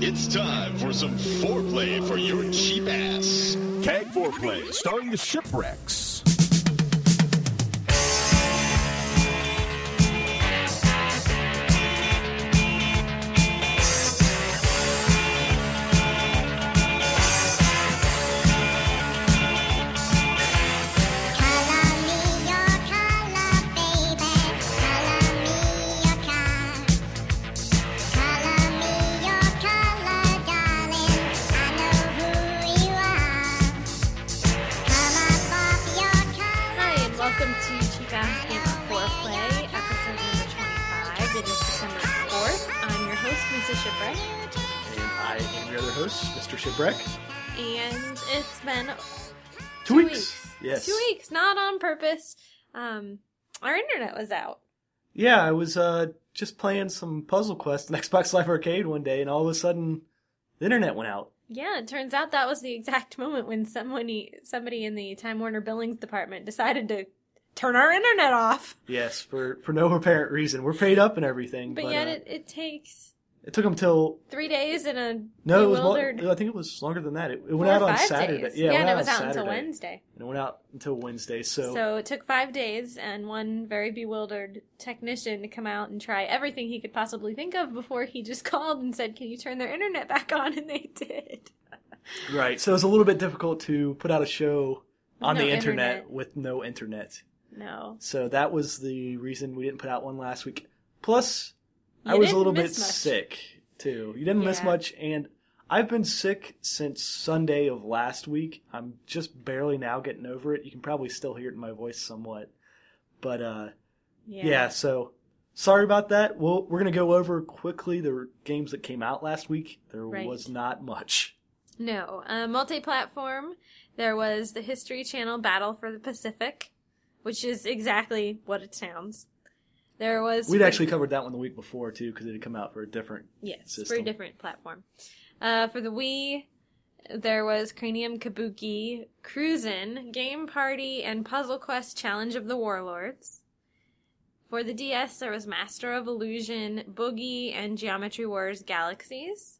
It's time for some foreplay for your cheap ass. Keg Foreplay, starring the Shipwrecks. Color me your color, baby. Color me your car. Color me your color, darling. I know who you are. Come up off your color. Hi, and welcome to Cheap Ass Game of Foreplay, episode number 25. It is December 4th. I'm your host, Mrs. Shipwreck, And I am your other host, Mr. Shipwreck. and it's been Two, weeks. Yes. Two weeks, not on purpose. Um, our internet was out. Yeah, I was uh, just playing some Puzzle Quest in Xbox Live Arcade one day, and all of a sudden, the internet went out. Yeah, it turns out that was the exact moment when somebody, somebody in the Time Warner Billings department decided to turn our internet off. Yes, for, for no apparent reason. We're paid up and everything, But, but, yet uh, it, it takes it took them till three days and a no, it was lo- bewildered I think it was longer than that. It, it four went or out on five Saturday. days. Yeah, and went it was out until Saturday. Wednesday. And it went out until Wednesday. So, So, it took five days and one very bewildered technician to come out and try everything he could possibly think of before he just called and said, Can you turn their internet back on? And they did. right, so it was a little bit difficult to put out a show on No the internet, internet. with no internet. No. So that was the reason we didn't put out one last week. Plus, I You was a didn't little bit miss much. sick too. You didn't miss Yeah. much, and I've been sick since Sunday of last week. I'm just barely now getting over it. You can probably still hear it in my voice somewhat, but uh, yeah. So sorry about that. Well, we're gonna go over quickly the games that came out last week. There Right. was not much. No. Uh, Multi platform, there was the History Channel Battle for the Pacific, which is exactly what it sounds. There was. We'd actually covered that one the week before too, because it had come out for a different. Yes, for a system. different platform. Uh, for the Wii, there was Cranium Kabuki, Cruisin', Game Party, and Puzzle Quest Challenge of the Warlords. For the DS, there was Master of Illusion, Boogie, and Geometry Wars Galaxies.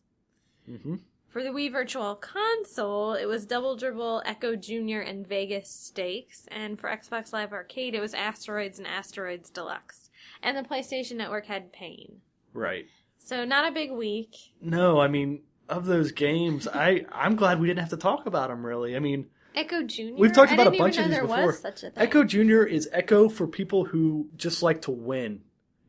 Mm-hmm. For the Wii Virtual Console, it was Double Dribble, Echo Jr., and Vegas Stakes. And for Xbox Live Arcade, it was Asteroids and Asteroids Deluxe. And the PlayStation Network had Pain. Right. So, not a big week. No, I mean of those games, I I'm glad we didn't have to talk about them really. I mean, Echo Junior. We've talked I about a didn't bunch even of know these there before. Was such a thing. Echo Jr. is Echo for people who just like to win.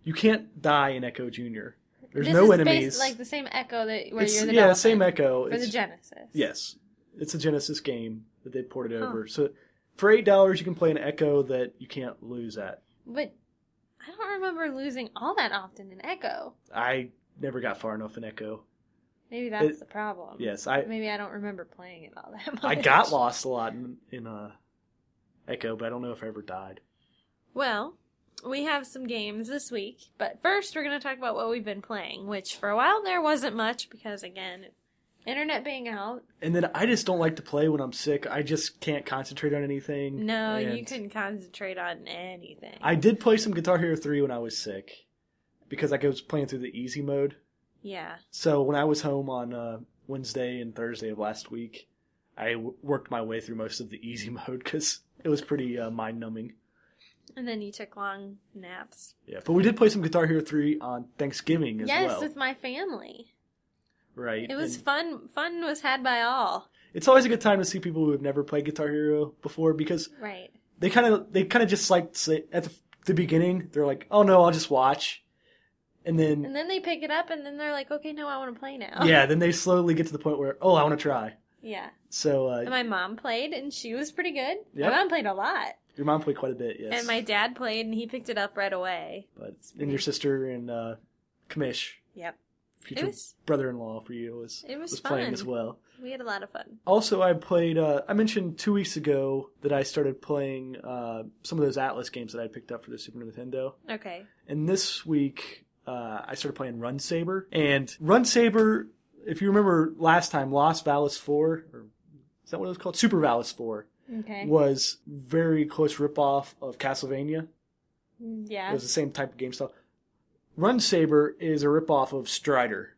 You can't die in Echo Jr. There's This no is enemies. Based, like the same Echo that where it's, you're the yeah, dolphin same Echo. for the It's- Genesis. yes, it's a Genesis game that they ported over. So for eight dollars, you can play an Echo that you can't lose at. but I don't remember losing all that often in Echo. I never got far enough in Echo. Maybe that's It- the problem. Yes, I Maybe I don't remember playing it all that much. I got lost a lot in, in uh, Echo, but I don't know if I ever died. Well, we have some games this week, but first we're going to talk about what we've been playing, which for a while there wasn't much because again, internet being out, And then I just don't like to play when I'm sick. I just can't concentrate on anything. no, you and couldn't concentrate on anything. I did play some Guitar Hero 3 when I was sick because I was playing through the easy mode. yeah. So when I was home on uh, Wednesday and Thursday of last week, I w- worked my way through most of the easy mode because it was pretty uh, mind numbing. And then you took long naps. Yeah, but we did play some Guitar Hero 3 on Thanksgiving as yes, well. with my family. right. It was And fun. Fun was had by all. it's always a good time to see people who have never played Guitar Hero before because Right. they kind of they kind of just like say, at the, the beginning they're like oh no i'll just watch and then, And oh. then they pick it up, and then they're like, "Okay, no, I want to play now." yeah then they slowly get to the point where oh i want to try Yeah. so uh, And my mom played, and she was pretty good. Yep. My mom played a lot, your mom played quite a bit yes and my dad played, and he picked it up right away. but and your sister and uh kamish Yep. future was- brother-in-law for you was It was playing fun. as well We had a lot of fun. also i played uh i mentioned two weeks ago that i started playing uh some of those atlas games that i picked up for the super nintendo Okay. And this week, uh, I started playing Run Saber. And Run Saber, if you remember last time, Lost Valis 4, or is that what it was called? Super Valis 4, Okay. was very close ripoff of Castlevania. It Mm, Yeah. was the same type of game style. Run Saber is a ripoff of Strider.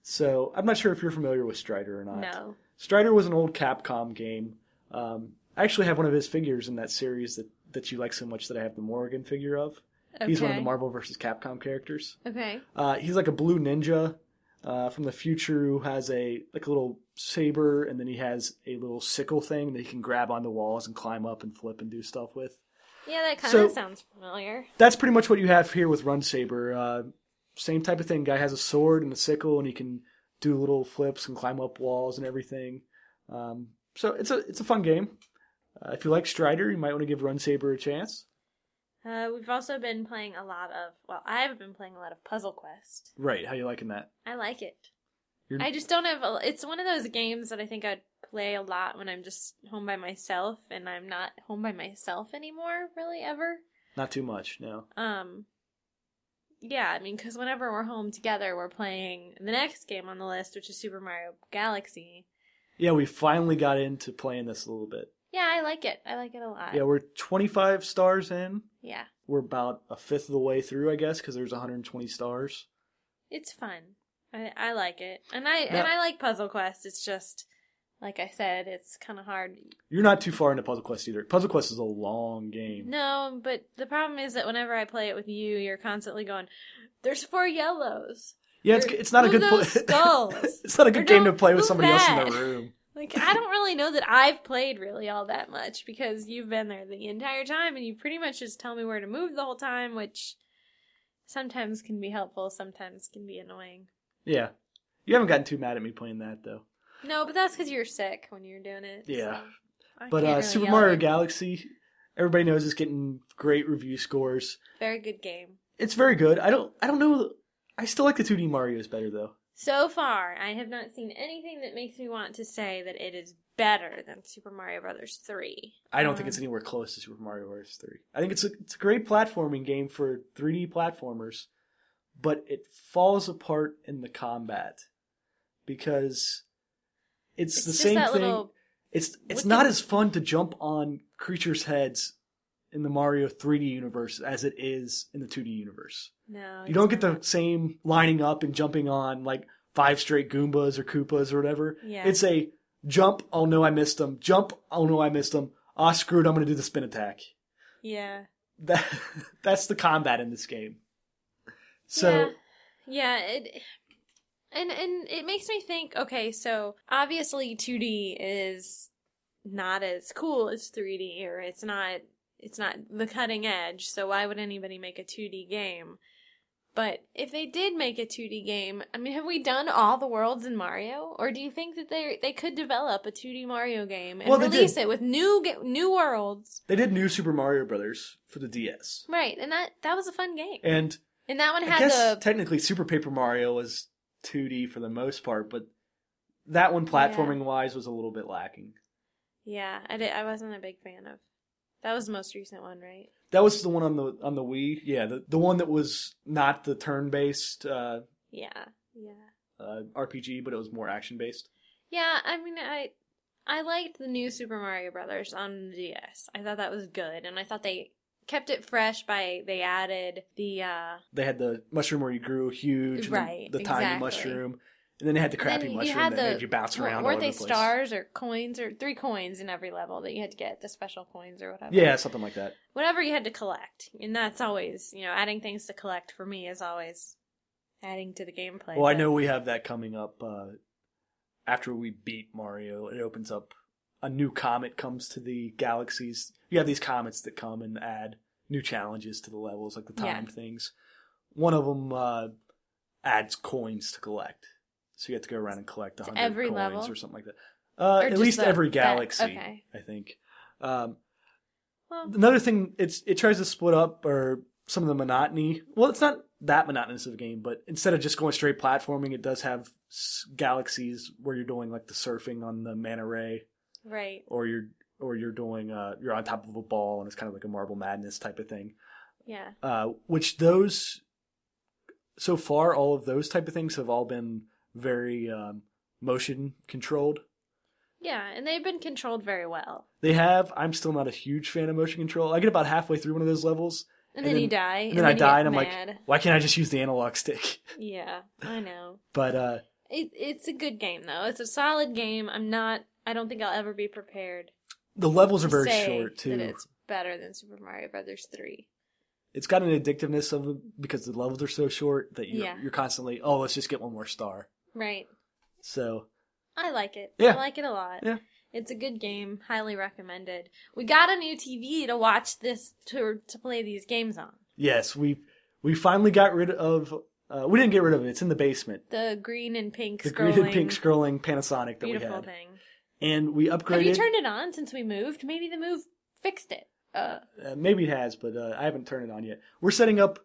So I'm not sure if you're familiar with Strider or not. No. Strider was an old Capcom game. Um, I actually have one of his figures in that series that, that you like so much that I have the Morrigan figure of. He's one of the Okay. Marvel vs. Capcom characters. Okay. Uh, he's like a blue ninja uh, from the future who has a like a little saber, and then he has a little sickle thing that he can grab on the walls and climb up and flip and do stuff with. Yeah, that kind So- of sounds familiar. That's pretty much what you have here with Run Saber. Uh, same type of thing. Guy has a sword and a sickle, and he can do little flips and climb up walls and everything. Um, so it's a it's a fun game. Uh, if you like Strider, you might want to give Run Saber a chance. Uh, we've also been playing a lot of, well, I've been playing a lot of Puzzle Quest. Right? How you liking that? I like it. You're- I just don't have, a, it's one of those games that I think I'd play a lot when I'm just home by myself, and I'm not home by myself anymore, really, ever. Not too much, no. Um, yeah, I mean, because whenever we're home together, we're playing the next game on the list, which is Super Mario Galaxy. Yeah, we finally got into playing this a little bit. Yeah, I like it. I like it a lot. Yeah, we're 25 stars in. yeah. We're about a fifth of the way through, I guess, because there's 120 stars. It's fun. I, I like it, and I Now- and I like Puzzle Quest. It's just like I said, it's kind of hard. You're not too far into Puzzle Quest either. Puzzle Quest is a long game. No, but the problem is that whenever I play it with you, you're constantly going. There's four yellows. yeah, it's, Or it's not a move good pla- those skulls. it's not a Or good game to don't play with move somebody else in that. the room. Like I don't really know that I've played really all that much because you've been there the entire time, and you pretty much just tell me where to move the whole time, which sometimes can be helpful, sometimes can be annoying. Yeah, you haven't gotten too mad at me playing that though. No, but that's because you're sick when you're doing it. Yeah. so I But can't uh, really Super yell Mario at you. Galaxy, everybody knows it's getting great review scores. very good game. It's very good. I don't. I don't know. I still like the 2D Mario's better though. So far, I have not seen anything that makes me want to say that it is better than Super Mario Brothers 3. I don't think Um, it's anywhere close to Super Mario Bros. 3. I think it's a, it's a great platforming game for 3D platformers, but it falls apart in the combat because it's, the just same that thing. little- It's it's what not the- as fun to jump on creatures' heads in the Mario 3D universe as it is in the 2D universe. no, You don't get the same lining up and jumping on like five straight Goombas or Koopas or whatever. Yeah. It's a jump, oh no, I missed them. Jump, oh no, I missed them. Ah, screwed, I'm going to do the spin attack. yeah, That, that's the combat in this game. So, yeah, yeah. It, and and it makes me think. Okay, so obviously 2D is not as cool as 3D, or it's not it's not the cutting edge. So why would anybody make a 2D game? But if they did make a 2D game, I mean, have we done all the worlds in Mario, or do you think that they they could develop a 2D Mario game and Well, they release did. it with new ga- new worlds? they did New Super Mario Brothers for the DS. Right, and that that was a fun game, And and that one I had guess the technically Super Paper Mario was 2D for the most part, but that one platforming wise was a little bit lacking. Yeah, I did, I wasn't a big fan of. That was the most recent one, right? That was the one on the on the Wii. Yeah, the, the one that was not the turn based uh, Yeah, yeah, uh, RPG, but it was more action based. yeah. I mean, I I liked the new Super Mario Brothers on the DS. I thought that was good, and I thought they kept it fresh by they added the uh They had the mushroom where you grew huge, and then Right, the tiny exactly. mushroom, and then they had the crappy then mushroom that made you bounce w- around. all Weren't over they the place. stars or coins or three coins in every level that you had to get the special coins or whatever? Yeah, something like that. whatever you had to collect, and that's always you know adding things to collect for me is always adding to the gameplay. Well, I but- know we have that coming up uh, after we beat Mario. It opens up a new comet comes to the galaxies. You have these comets that come and add new challenges to the levels, like the Yeah. timed things. One of them uh, adds coins to collect, so you have to go around and collect a hundred every coins level? or something like that. Uh, Or at just least the- every that- galaxy, okay. I think. Um, Well, another thing it's it tries to split up or some of the monotony well it's not that monotonous of a game but instead of just going straight platforming it does have s- galaxies where you're doing like the surfing on the manta ray right. or you're or you're doing uh you're on top of a ball and it's kind of like a marble madness type of thing Yeah. uh which those so far all of those type of things have all been very um motion controlled Yeah, and they've been controlled very well. they have i'm still not a huge fan of motion control i get about halfway through one of those levels And, And then, then- you die. and then I you die, get and I'm mad. like, why can't I just use the analog stick? yeah, I know. But uh, It, it's a good game though. It's a solid game. I'm not. I don't think I'll ever be prepared. The levels are to very say short too. That it's better than Super Mario Brothers three. it's got an addictiveness of because the levels are so short that you're, Yeah. you're constantly oh let's just get one more star Right. so I like it. Yeah. I like it a lot. Yeah. It's a good game. Highly recommended. We got a new TV to watch this to to play these games on. yes we we finally got rid of uh, we didn't get rid of it it's in the basement The green and pink the scrolling, green and pink scrolling panasonic that we beautiful had thing. and we Have you upgraded turned it on since we moved? Maybe the move fixed it. Uh, uh, maybe it has but uh, i haven't turned it on yet we're setting up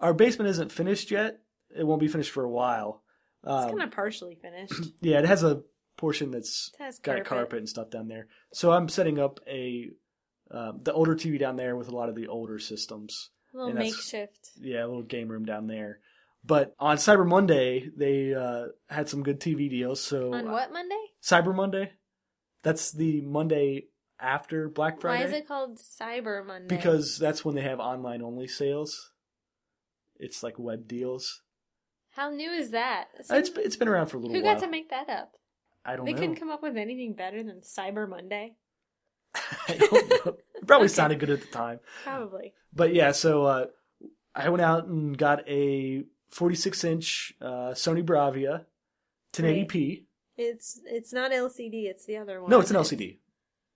our basement isn't finished yet it won't be finished for a while it's um, kind of partially finished. It yeah it has a portion that's has got carpet. a carpet and stuff down there. So I'm setting up a um, the older TV down there with a lot of the older systems. little and that's- makeshift. Yeah, a little game room down there. But on Cyber Monday, they uh, had some good TV deals. So On what Monday? Cyber Monday, that's the Monday after Black Friday. Why is it called Cyber Monday? Because that's when they have online only sales. It's like web deals. Uh, how new is that? It's it's been around for a little who while. got to make that up? I don't They know. couldn't come up with anything better than Cyber Monday, I don't know. It probably Okay. sounded good at the time. probably. but yeah, so uh, I went out and got a 46 inch uh, Sony Bravia, 1080p. It's it's not LCD. It's the other one. No, it's an LCD.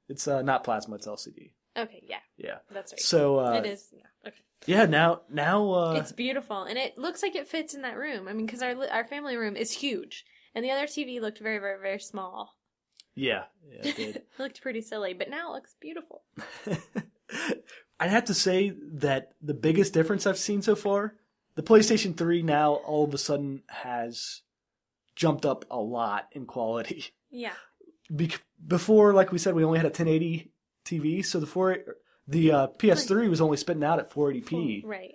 It's uh, not plasma. It's LCD. Okay, yeah, Yeah. that's right. So uh, it is. Yeah, okay. yeah, now now uh, it's beautiful, and it looks like it fits in that room. I mean, because our li- our family room is huge, and the other TV looked very very very small. yeah, yeah, it did. looked pretty silly, but now it looks beautiful. I'd have to say that the biggest difference I've seen so far, the PlayStation 3 now all of a sudden has jumped up a lot in quality. Yeah, Bec before, like we said, we only had a 1080 TV, so the four, the uh, PS3 was only spitting out at 480p, right.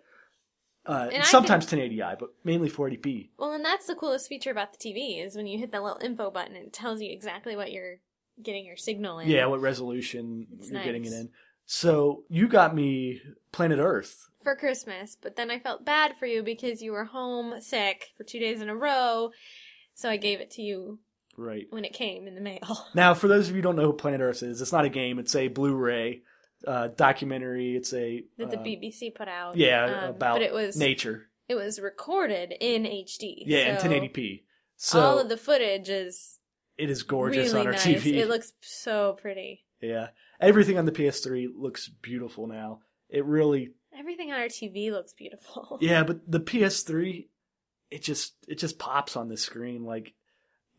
uh, And I sometimes 1080i, but mainly 480p. Well, and that's the coolest feature about the TV is when you hit that little info button, it tells you exactly what you're getting your signal in. Yeah, what resolution It's you're getting it nice. in. So you got me Planet Earth. for Christmas, but then I felt bad for you because you were home sick for two days in a row, so I gave it to you Right. when it came in the mail. Now, for those of you who don't know who Planet Earth is, it's not a game, it's a Blu ray uh, documentary. It's a. That the uh, BBC put out. Yeah, um, about but it was nature. it was recorded in HD. Yeah, so and 1080p. So all of the footage is it is gorgeous really on our nice. TV. It looks so pretty. Yeah. Everything on the PS3 looks beautiful now. It really Everything on our TV looks beautiful. Yeah, but the PS3 it just it just pops on the screen like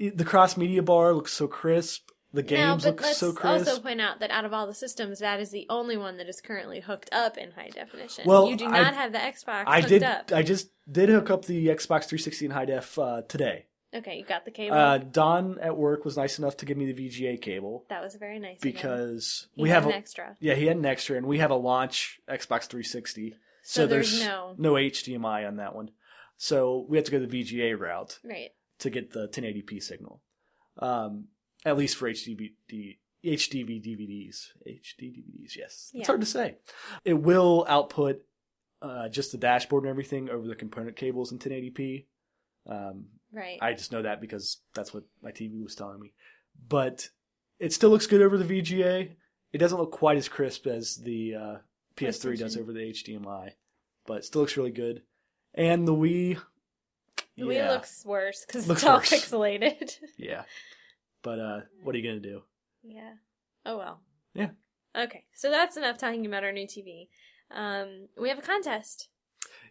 it- the cross media bar looks so crisp. The games now, but look let's so crisp. also point out that out of all the systems, that is the only one that is currently hooked up in high definition. Well, you do I- not have the Xbox I hooked did uh, up. I just did hook up the Xbox 360 and high def uh, today. okay, you got the cable. Uh, Don at work was nice enough to give me the VGA cable That was very nice. of him. because He we had have an a extra. yeah he had an extra and we have a launch Xbox 360 so, So there's there's no- no HDMI on that one so we have to go the VGA route Right. to get the 1080p signal, um, at least for HDVD, HDV DVDs. HD DVDs, yes. Yeah. It's hard to say. It will output uh, just the dashboard and everything over the component cables in 1080p. Um, Right. I just know that because that's what my TV was telling me. But it still looks good over the VGA. It doesn't look quite as crisp as the uh, PS3 does PlayStation. over the HDMI, but it still looks really good. And the Wii. the Wii yeah. looks worse because Looks it's all worse. pixelated. Yeah. But uh what are you gonna do? yeah. Oh well. Yeah. Okay. So that's enough talking about our new TV. Um, we have a contest.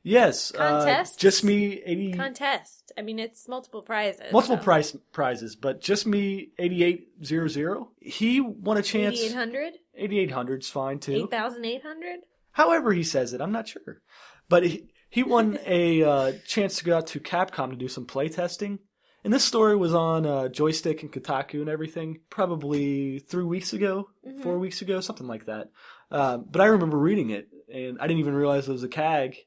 Yes, uh, Contests? just me eighty Contest. I mean, it's multiple prizes. Mm. multiple so. prize prizes, but just me eighty eight zero zero. He won a chance. 8,800? Eighty eight hundred's fine too. 8,800? However, he says it, I'm not sure. But he, he won a uh, chance to go out to Capcom to do some play testing. And this story was on uh, Joystick and Kotaku and everything, probably three weeks ago, Mm-hmm. four weeks ago, something like that. Um, but I remember reading it, and I didn't even realize it was a CAG.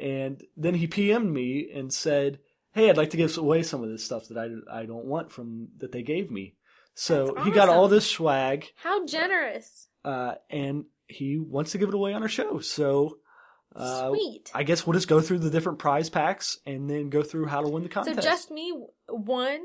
And then he PM'd me and said, "Hey, I'd like to give away some of this stuff that I, I don't want from that they gave me." So That's he got all awesome. this swag How generous. uh, and he wants to give it away on our show. So Uh, Sweet. I guess we'll just go through the different prize packs and then go through how to win the So contest. just me w- won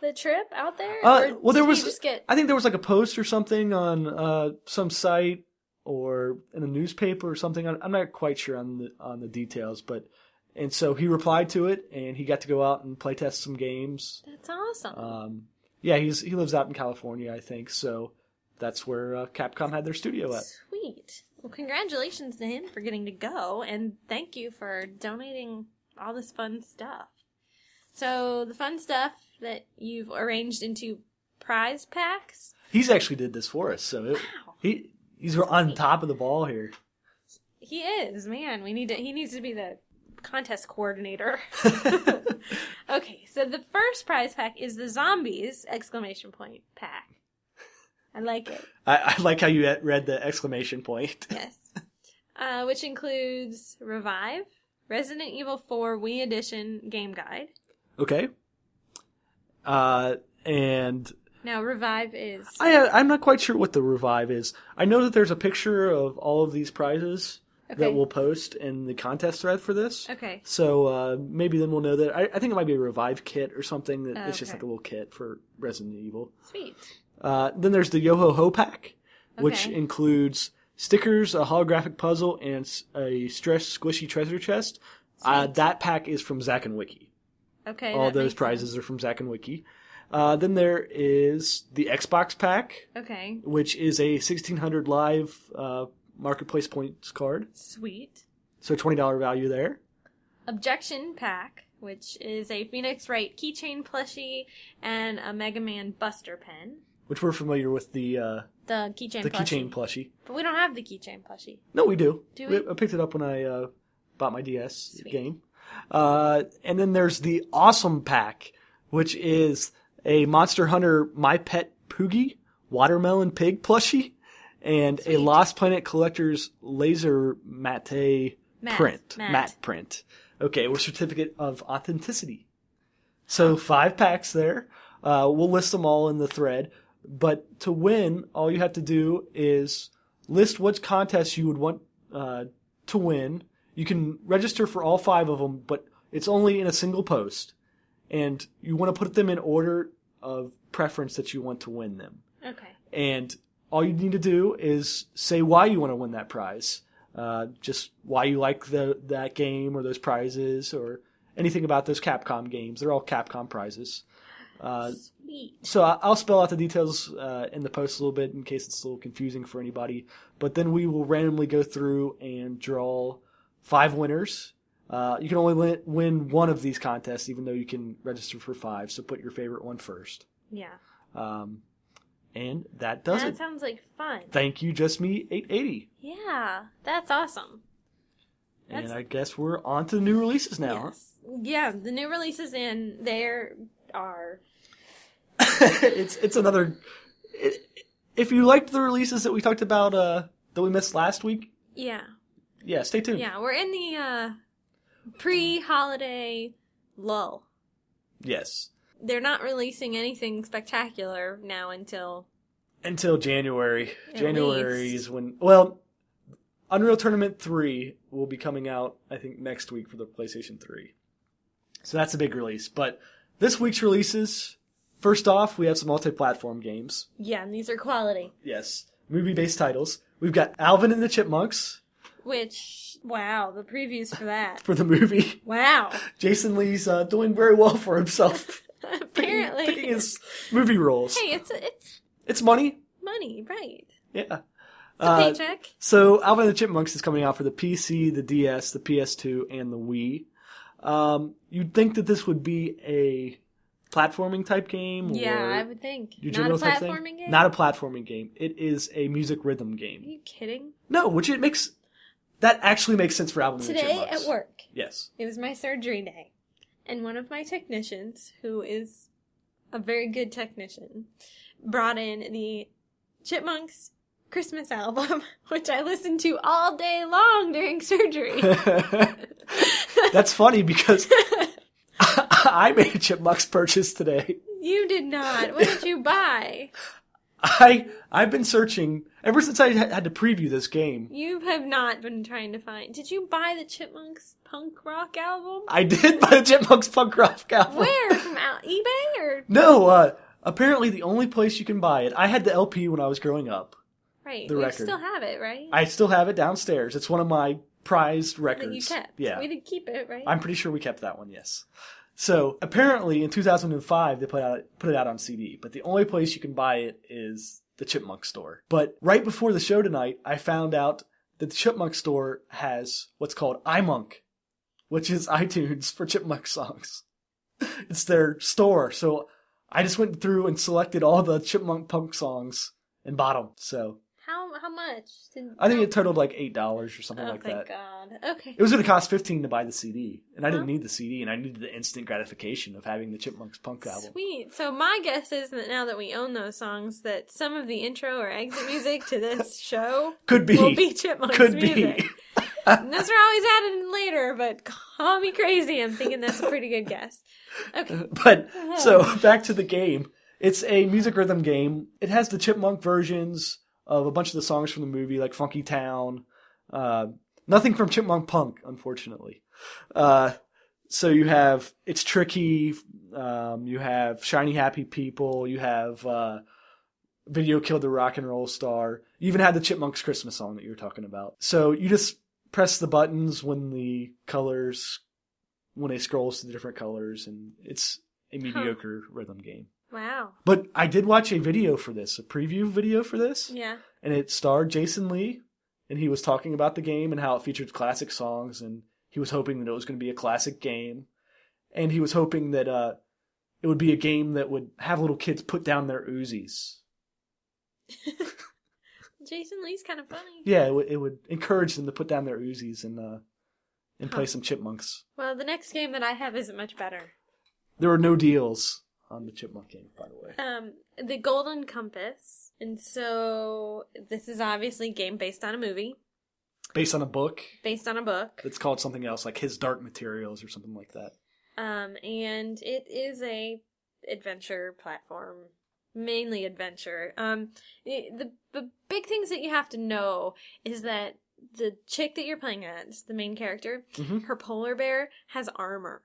the trip out there. Uh, or well, there did was- you just get I think there was like a post or something on uh, some site or in a newspaper or something. I'm I'm not quite sure on the on the details, but and so he replied to it, and he got to go out and play test some games. that's awesome. Um, yeah, he's he lives out in California, I think. So that's where uh, Capcom had their studio at. Sweet. Well, congratulations to him for getting to go, and thank you for donating all this fun stuff. So, the fun stuff that you've arranged into prize packs. He's actually did this for us, so it, Wow. he he's on top of the ball here. He is, man. We need to he needs to be the contest coordinator. okay, so the first prize pack is the zombies exclamation point pack. I like it. I, I like how you had read the exclamation point. Yes. Uh, which includes Revive, Resident Evil 4 Wii Edition Game Guide. Okay. Uh, and Now, Revive is. I I'm not quite sure what the revive is. I know that there's a picture of all of these prizes Okay. that we'll post in the contest thread for this. Okay. So uh, maybe then we'll know that. I, I think it might be a revive kit or something. That It's just Okay. like a little kit for Resident Evil. Sweet. Uh, then there's the Yo Ho Ho pack, which Okay. includes stickers, a holographic puzzle, and s- a stressed squishy treasure chest. Uh, that pack is from Zack and Wiki. Okay. All that those makes prizes are from Zack and Wiki. Uh, then there is the Xbox pack, sense. Okay. which is a 1600 live uh, marketplace points card. Sweet. So $20 value there. Objection Pack, which is a Phoenix Wright keychain plushie and a Mega Man Buster pen. Which we're familiar with the uh, The keychain the plushie. keychain plushie. But we don't have the keychain plushie. No, we do. Do We- we? I picked it up when I uh, bought my DS Sweet. game. Uh, and then there's the Awesome Pack, which is a Monster Hunter My Pet Poogie watermelon pig plushie and a Lost Planet Collector's laser matte Matte, print. matte. Matte print. Okay, with certificate of authenticity. So five packs there. Uh, we'll list them all in the thread. But to win, all you have to do is list what contests you would want uh, to win. You can register for all five of them, but it's only in a single post. And you want to put them in order of preference that you want to win them. Okay. And all you need to do is say why you want to win that prize. Uh, just why you like the, that game or those prizes or anything about those Capcom games. They're all Capcom prizes. Uh, Sweet. so I- I'll spell out the details uh, in the post a little bit in case it's a little confusing for anybody. But then we will randomly go through and draw five winners. Uh, you can only win- win one of these contests, even though you can register for five. So put your favorite one first. Yeah. Um, and that does that it. sounds like fun. Thank you, just me, eight eighty. yeah. That's awesome. And That's- I guess we're on to the new releases now. huh? Yes. Yeah, the new releases in there are. it's it's another. It, if you liked the releases that we talked about uh, that we missed last week, Yeah. yeah, stay tuned. Yeah, we're in the uh, pre holiday lull. Yes. They're not releasing anything spectacular now until until January. At January least. is when. Well, Unreal Tournament three will be coming out, I think, next week for the PlayStation three. So that's a big release. But this week's releases. First off, we have some multi-platform games. yeah, and these are quality. Yes, movie-based titles. We've got Alvin and the Chipmunks Which wow, the previews for that. for the movie. Wow, Jason Lee's uh, doing very well for himself. Picking- apparently. picking his movie roles. hey, it's it's It's money. money, right? It's Yeah. It's a Uh, paycheck. So, Alvin and the Chipmunks is coming out for the PC, the DS, the PS2, and the Wii. Um, you'd think that this would be a platforming type game. Yeah, or I would think. your Not a general type thing. platforming game. Not a platforming game. It is a music rhythm Are game. you kidding? No, which it makes that actually makes sense for Alvin and the Today Chipmunks. at work, Yes. it was my surgery day, and one of my technicians, who is a very good technician, brought in the Chipmunks Christmas album, which I listened to all day long during surgery. That's funny because I made a Chipmunks purchase today. you did not. What did you buy? I I've been searching Ever since I had had to preview this game, You have not been trying to find. Did you buy the Chipmunks punk rock album? I did buy the Chipmunks punk rock album. Where from Al- eBay or No, uh, apparently the only place you can buy it. I had the LP when I was growing up. right? The you record. still have it, right? I still have it downstairs. It's one of my prized that you records. kept. Yeah. we did keep it, right? I'm pretty sure we kept that one, yes. So apparently in 2005 they put out put it out on CD, but the only place you can buy it is the Chipmunk store. But right before the show tonight, I found out that the Chipmunk store has what's called iMonk, which is iTunes for Chipmunk songs. It's their store, so I just went through and selected all the Chipmunk punk songs and bought them. So how how much? Did, I think it totaled like eight dollars or something oh, like thank that. God. Okay. It was going to cost fifteen to buy the CD, and I didn't Huh? need the CD, and I needed the instant gratification of having the Chipmunks punk album. Sweet. So my guess is that now that we own those songs, that some of the intro or exit music to this show Could be, will be Chipmunks could music. be. And those are always added in later, but call me crazy. I'm thinking that's a pretty good guess. Okay. but Uh-huh. so back to the game. It's a music rhythm game. It has the Chipmunk versions of a bunch of the songs from the movie, like Funky Town. Uh, nothing from Chipmunk Punk, unfortunately. Uh, so you have It's Tricky. Um, you have Shiny Happy People. You have uh, Video Killed the Rock and Roll Star. You even had the Chipmunks Christmas song that you were talking about. So you just press the buttons when the colors when it scrolls to the different colors, and it's a mediocre rhythm game. Wow. But I did watch a video for this, a preview video for this, Yeah. and it starred Jason Lee, and he was talking about the game and how it featured classic songs, and he was hoping that it was going to be a classic game, and he was hoping that uh, it would be a game that would have little kids put down their Uzis. Jason Lee's kind of funny. Yeah, it, would it would encourage them to put down their Uzis and uh, and play Huh. some chipmunks. Well, the next game that I have isn't much better. There were no deals on the chipmunk game, by the way. Um, the Golden Compass. And so this is obviously a game based on a movie, Based on a book, based on a book. It's called something else, like His Dark Materials or something like that. Um, and it is a adventure platform, mainly adventure. Um, it- the the big things that you have to know is that the chick that you're playing as, the main character, Mhm. her polar bear has armor.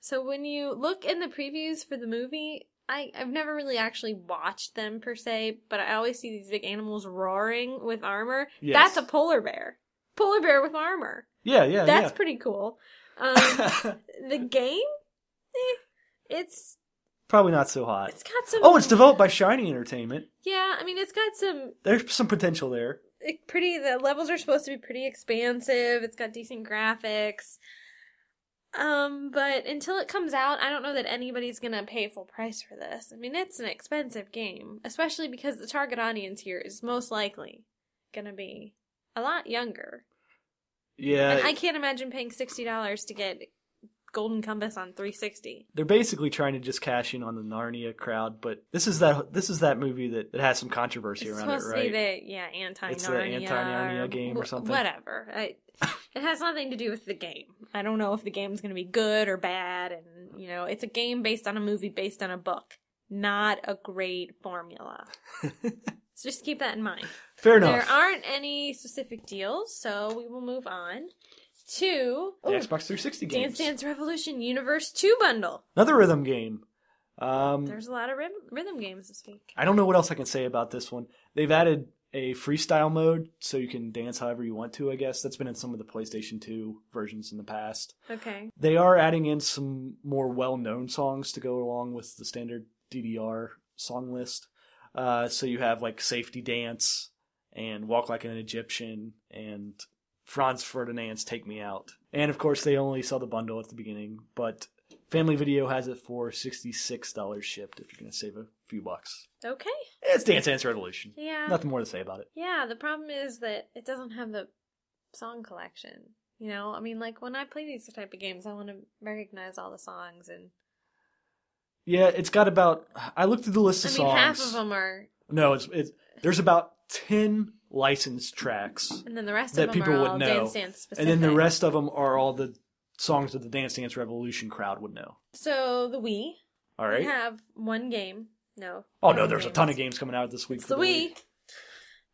So when you look in the previews for the movie, I, I've never really actually watched them per se, but I always see these big animals roaring with armor. Yes. That's a polar bear. Polar bear with armor. Yeah, yeah, That's pretty cool. Um, yeah. the game Eh, it's Probably not so hot. it's got some Oh, it's developed by Shiny Entertainment. yeah i mean it's got some There's some potential there. it pretty the levels are supposed to be pretty expansive it's got decent graphics um but until it comes out i don't know that anybody's gonna pay full price for this i mean it's an expensive game especially because the target audience here is most likely gonna be a lot younger Yeah, and i can't imagine paying $60 to get golden compass on 360 they're basically trying to just cash in on the Narnia crowd. But this is that this is that movie that, that has some controversy It's around it, supposed right? to be the yeah anti Narnia. It's the anti-Narnia game or something. Whatever. I, it has nothing to do with the game. I don't know if the game's going to be good or bad, and you know, it's a game based on a movie based on a book. Not a great formula. so just keep that in mind. Fair enough. There aren't any specific deals, so we will move on to The Xbox 360 games. Dance Dance Revolution Universe Two bundle. Another rhythm game. Um, There's a lot of rhythm, rhythm games this week. I don't know what else I can say about this one. They've added a freestyle mode, so you can dance however you want to. I guess that's been in some of the PlayStation 2 versions in the past. Okay. They are adding in some more well-known songs to go along with the standard DDR song list. Uh, so you have like "Safety Dance" and "Walk Like an Egyptian" and Franz Ferdinand's "Take Me Out." And of course, they only sell the bundle at the beginning, but Family Video has it for sixty-six dollars shipped. If you're going to save a few bucks, Okay. it's Dance Dance Revolution. Yeah. Nothing more to say about it. Yeah, the problem is that it doesn't have the song collection. You know, I mean, like when I play these type of games, I want to recognize all the songs, and Yeah, it's got about. I looked through the list I of mean, songs. half of them are, No, it's it's there's about ten licensed tracks, and then the rest That of them people are would all know. dance dance specific. and then the rest of them are all the songs that the Dance Dance Revolution crowd would know. So the Wii, All we right. have one game. No. Oh no, no, there's a ton of games coming out this week. It's for the Wii.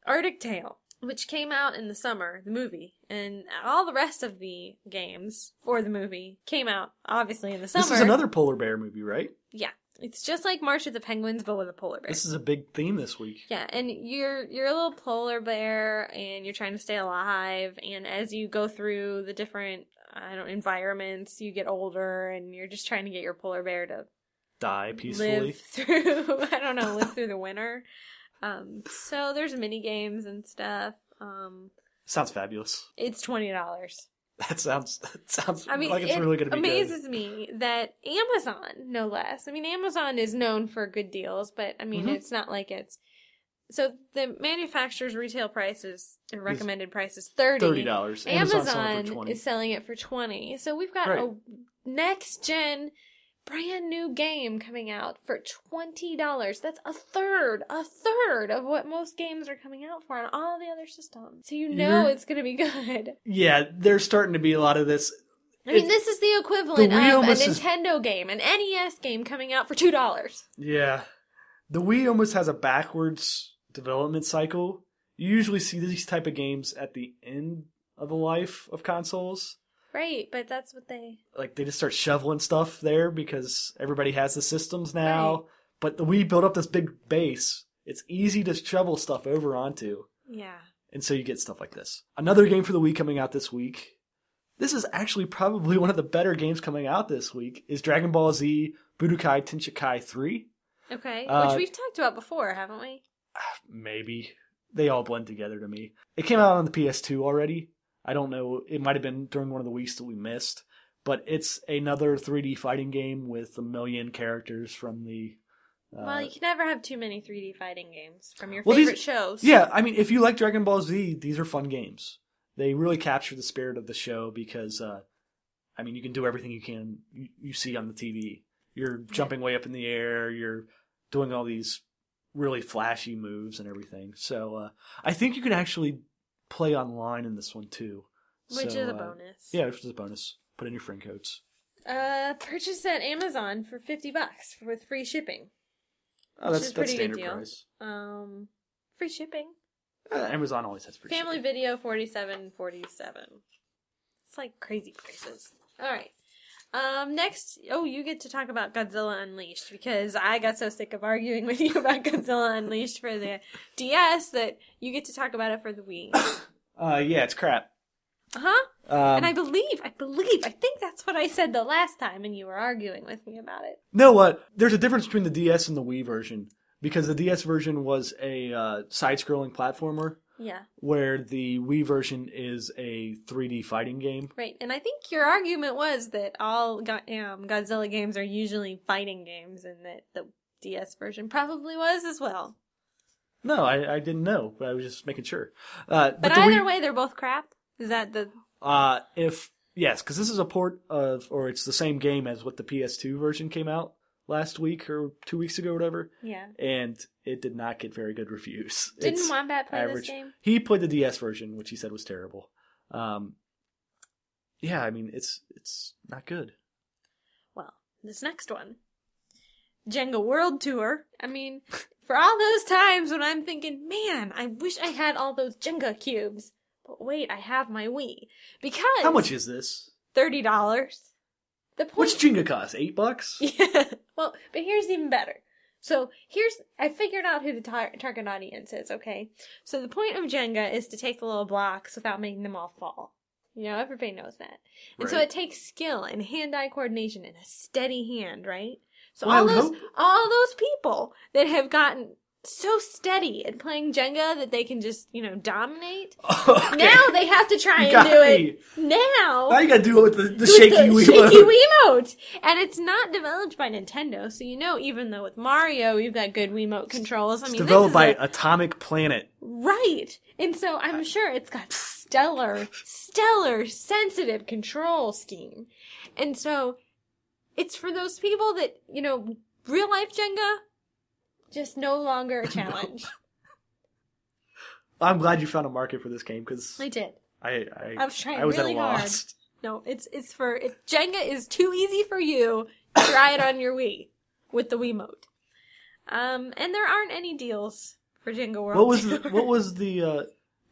Arctic Tale, which came out in the summer, the movie, and all the rest of the games for the movie came out obviously in the summer. This is another polar bear movie, right? Yeah, it's just like March of the Penguins, but with a polar bear. This is a big theme this week. Yeah, and you're you're a little polar bear, and you're trying to stay alive. And as you go through the different I don't environments, you get older, and you're just trying to get your polar bear to Die peacefully. live through. I don't know, live through the winter. Um, so there's mini games and stuff. Um, Sounds fabulous. it's twenty dollars. That sounds that sounds I mean, like it's it really going to be amazes good. me that Amazon, no less. I mean, Amazon is known for good deals, but I mean, Mhm. it's not like it's. So the manufacturer's retail price is or recommended price is thirty. Thirty dollars. Amazon, selling for twenty. is selling it for twenty. So we've got Right. a next gen, brand new game coming out for twenty dollars. That's a third, a third of what most games are coming out for on all the other systems. So you know You're- it's going to be good. Yeah, there's starting to be a lot of this. I mean, It- this is the equivalent Wii of a almost is- Nintendo game, an NES game coming out for two dollars. Yeah, the Wii almost has a backwards development cycle. You usually see these type of games at the end of the life of consoles. Right, but that's what they. Like they just start shoveling stuff there because everybody has the systems now. But the Wii built up this big base. It's easy to shovel stuff over onto. Yeah. And so you get stuff like this. Another game for the Wii coming out this week. This is actually probably one of the better games coming out this week is Dragon Ball Z Budokai Tenchikai 3. Okay, Uh, which we've talked about before, haven't we? Maybe. They all blend together to me. It came out on the PS2 already. I don't know. It might have been during one of the weeks that we missed. But it's another 3D fighting game with a million characters from the. Uh, well, you can never have too many 3D fighting games from your Well, these- favorite shows. Yeah, I mean, if you like Dragon Ball Z, these are fun games. They really capture the spirit of the show because, uh, I mean, you can do everything you can you, you see on the TV. You're jumping way up in the air. You're doing all these really flashy moves and everything. So uh, I think you can actually play online in this one too, which So, is a uh, bonus. yeah, which is a bonus. Put in your friend codes. Uh, purchase at Amazon for fifty bucks with free shipping. Oh, Which that's is that's pretty good standard deal. price. Um, free shipping. Uh, Amazon always has free Family shipping. Video forty seven forty seven. It's like crazy prices. All right. Um, next, oh, you get to talk about Godzilla Unleashed because I got so sick of arguing with you about Godzilla Unleashed for the DS that you get to talk about it for the Wii. Uh Uh, yeah, it's crap. huh. Um, and I believe, I believe, I think that's what I said the last time, and you were arguing with me about it. No, what? There's a difference between the DS and the Wii version because the DS version was a uh, side-scrolling platformer, Yeah, where the Wii version is a 3D fighting game. right. And I think your argument was that all Go- um, Godzilla games are usually fighting games, and that the DS version probably was as well. No, I, I didn't know, but I was just making sure. Uh, But, the either Wii- way, they're both crap. Is that the uh, if yes, because this is a port of, or it's the same game as what the PS2 version came out last week or two weeks ago, whatever, yeah? and it did not get very good reviews. Didn't It's- Wombat play this average. game? He played the DS version, which he said was terrible. Um, yeah, I mean it's it's not good. Well, this next one, Jenga World Tour. I mean, for all those times when I'm thinking, man, I wish I had all those Jenga cubes. But wait, I have my Wii because How much is this? Thirty dollars. The What's point. Jenga cost? Eight bucks? yeah. Well, but here's even better. So here's I figured out who the tar- target audience is. Okay. So the point of Jenga is to take the little blocks without making them all fall. You know, everybody knows that. And so Right. it takes skill and hand-eye coordination and a steady hand, right? So Well, I all would those hope- all those people that have gotten so steady at playing Jenga that they can just, you know, dominate. Okay. Now they have to try You and got do me. it. Now Now you gotta do it with the, the with shaky the Wii. shaky remote. Wiimote. And it's not developed by Nintendo, so you know, even though with Mario we've got good Wiimote controls, I mean, It's this developed is by a- Atomic Planet. right. And so I'm sure it's got stellar, stellar sensitive control scheme. And so it's for those people that you know, real life Jenga, just no longer a challenge. I'm glad you found a market for this game because I did. I I, I was trying I was really at a hard. loss. No, it's it's for if Jenga is too easy for you, try it on your Wii with the Wiimote. Um, and there aren't any deals for for Jingle World. What was the, Tour. what was the? Uh,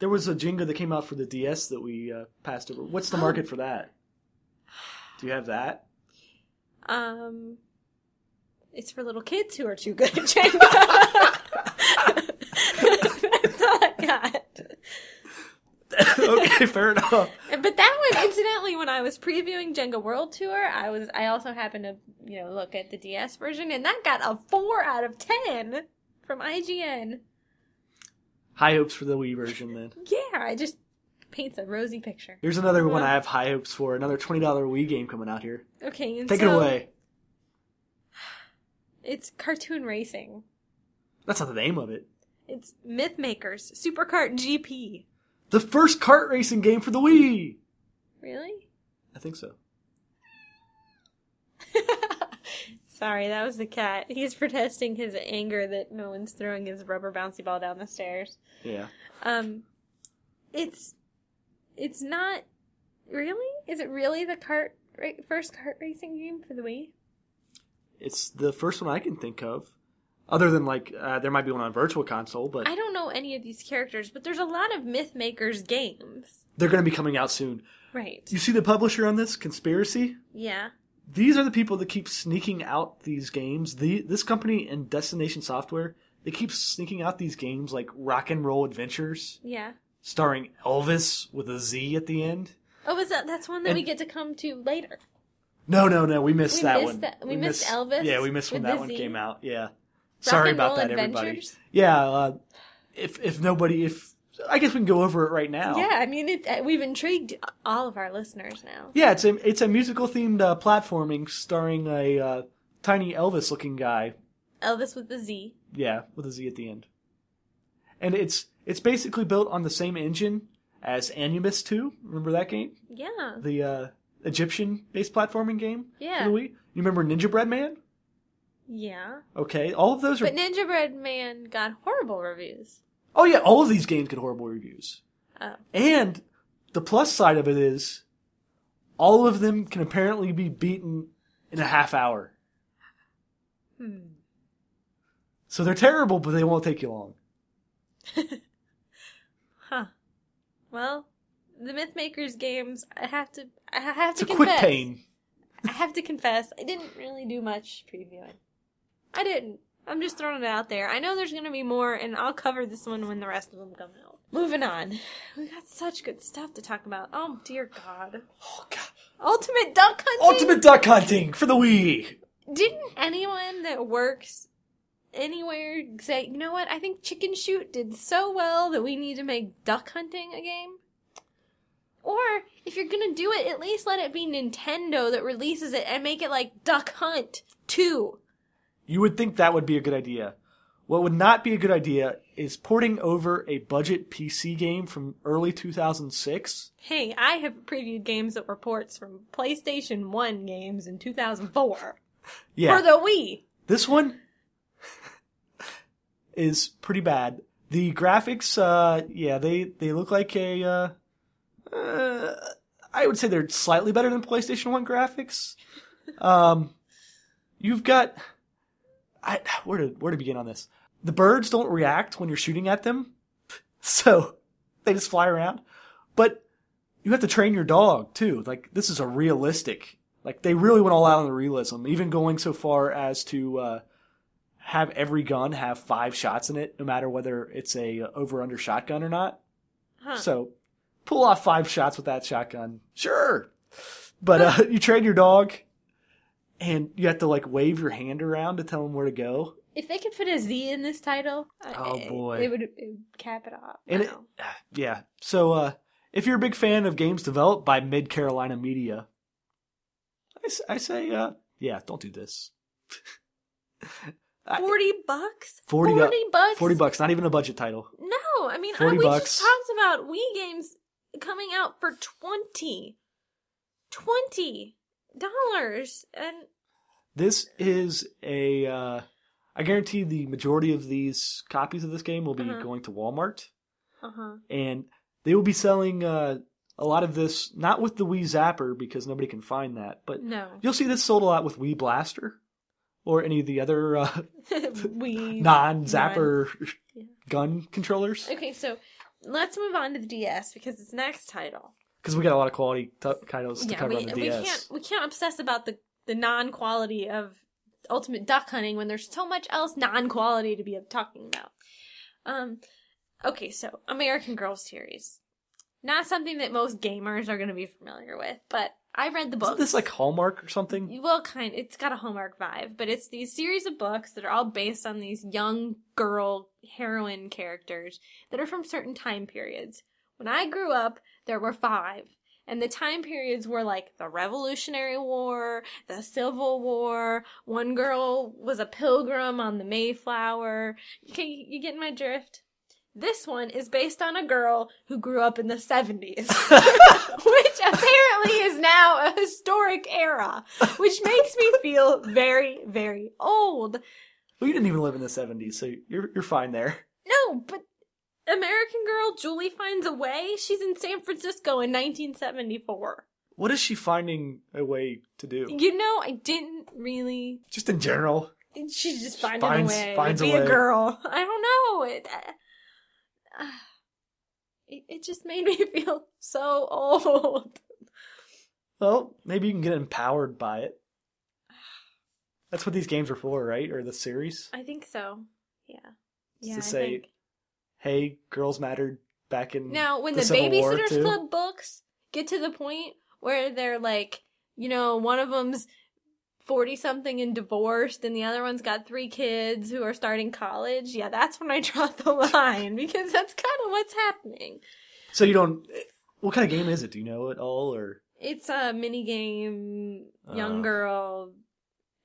there was a Jenga that came out for the DS that we uh, passed over. What's Oh. the market for that? Do you have that? Um, it's for little kids who are too good at Jenga. That's all I got. okay, fair enough. But that one, incidentally, when I was previewing Jenga World Tour, I was I also happened to you know look at the DS version, and that got a four out of ten from IGN. High hopes for the Wii version then. Yeah, it just paints a rosy picture. Here's another one I have high hopes for. Another twenty dollar Wii game coming out here. Okay, and Take it so away. It's cartoon racing. That's not the name of it. It's Myth Makers Supercart GP. The first kart racing game for the Wii. Really? I think so. Sorry, that was the cat. He's protesting his anger that no one's throwing his rubber bouncy ball down the stairs. Yeah. Um, it's it's not really. Is it really the cart ra- first kart racing game for the Wii? It's the first one I can think of. Other than like, uh, there might be one on Virtual Console, but I don't know any of these characters, but there's a lot of Myth Makers games. they're going to be coming out soon. Right. You see the publisher on this conspiracy? Yeah. These are the people that keep sneaking out these games. The this company and Destination Software they keep sneaking out these games like Rock and Roll Adventures, Yeah. starring Elvis with a Z at the end. Oh, is that that's one that we And- get to come to later? No, no, no. We missed We that missed one. that- we missed Elvis Yeah, we missed when with that the one Z. came out. Yeah. Sorry and about Roll that, everybody. Adventures? Yeah. Uh, if if nobody, if I guess we can go over it right now. Yeah, I mean, it, uh, we've intrigued all of our listeners now. Yeah. It's a it's a musical themed uh, platforming starring a uh, tiny Elvis looking guy. Elvis with the Z. Yeah, with a Z at the end. And it's it's basically built on the same engine as Animus Two. Remember that game? Yeah. The uh, Egyptian based platforming game. for Yeah. the Wii? You remember Ninja Bread Man? Yeah. Okay, all of those are But Ninja Bread Man got horrible reviews. Oh yeah, all of these games get horrible reviews. Oh. And the plus side of it is all of them can apparently be beaten in a half hour. Hmm. So they're terrible, but they won't take you long. Huh. Well, the Mythmakers games, I have to, I have It's to a confess. quick pain. I have to confess, I didn't really do much previewing. I didn't. I'm just throwing it out there. I know there's going to be more, and I'll cover this one when the rest of them come out. Moving on. We got such good stuff to talk about. Oh, dear God. Oh, God. Ultimate Duck Hunting? Ultimate Duck Hunting for the Wii. Didn't anyone that works anywhere say, you know what, I think Chicken Shoot did so well that we need to make duck hunting a game? Or if you're gonna do it, at least let it be Nintendo that releases it and make it like Duck Hunt 2. You would think that would be a good idea. What would not be a good idea is porting over a budget PC game from early 2006 Hey, I have previewed games that were ports from PlayStation 1 games in 2004 Yeah. for the Wii. This one is pretty bad. The graphics, uh, yeah, they, they look like a, uh, uh, I would say they're slightly better than PlayStation 1 graphics. Um, you've got, I, where to, where to begin on this? The birds don't react when you're shooting at them, so they just fly around. But you have to train your dog too. Like this is a realistic. Like they really went all out on the realism, even going so far as to uh, have every gun have five shots in it, no matter whether it's a over under shotgun or not. Huh. So pull off five shots with that shotgun, sure. But uh, you train your dog, and you have to like wave your hand around to tell him where to go. If they could fit a Z in this title, Oh, I- boy. it would, it would cap it off. And it, Wow. yeah, so uh, if you're a big fan of games developed by Mid Carolina Media, I, s- I say, uh, yeah, don't do this. I- Forty bucks. 40 bu- bucks. Forty bucks, not even a budget title. No, I mean, I, 40 we bucks. just talked about Wii games coming out for twenty. Twenty dollars, and This is a. Uh, I guarantee the majority of these copies of this game will be Uh-huh. going to Walmart, uh huh. and they will be selling uh, a lot of this not with the Wii Zapper because nobody can find that, but No, you'll see this sold a lot with Wii Blaster, or any of the other uh, we non-zapper gun controllers Okay, so let's move on to the DS because it's next title. because we got a lot of quality t- titles to yeah, cover we, on the we DS. can't we can't obsess about the the non quality of Ultimate Duck Hunting when there's so much else non quality to be talking about. Um, okay, so American Girl series, not something that most gamers are going to be familiar with, but I read the Isn't book. this like Hallmark or something? Well, kind. It's got a Hallmark vibe, but it's these series of books that are all based on these young girl heroine characters that are from certain time periods. When I grew up, there were five, and the time periods were like the Revolutionary War, the Civil War. One girl was a pilgrim on the Mayflower. Okay, you getting my drift? This one is based on a girl who grew up in the 70s, which apparently is now a historic era, which makes me feel very, very old. Well, you didn't even live in the '70s, so you're you're fine there. No, but American Girl Julie finds a way. She's in San Francisco in 1974. What is she finding a way to do? You know, I didn't really. Just in general, She's just finding finds- a way finds a to be way. a girl. I don't know. It, uh, it, it just made me feel so old. well, maybe you can get empowered by it. That's what these games are for, right? Or the series? I think so. Yeah. Just Yeah. to I say think. Hey, girls mattered back in Now, when the the, Civil War, Babysitters too. Club books get to the point where they're like, you know, one of them's 40 something and divorced, and the other one's got three kids who are starting college, yeah, that's when I draw the line because that's kind of what's happening. So you don't. eh, What kind of game is it? Do you know at all, or It's a mini game, young Uh, girl.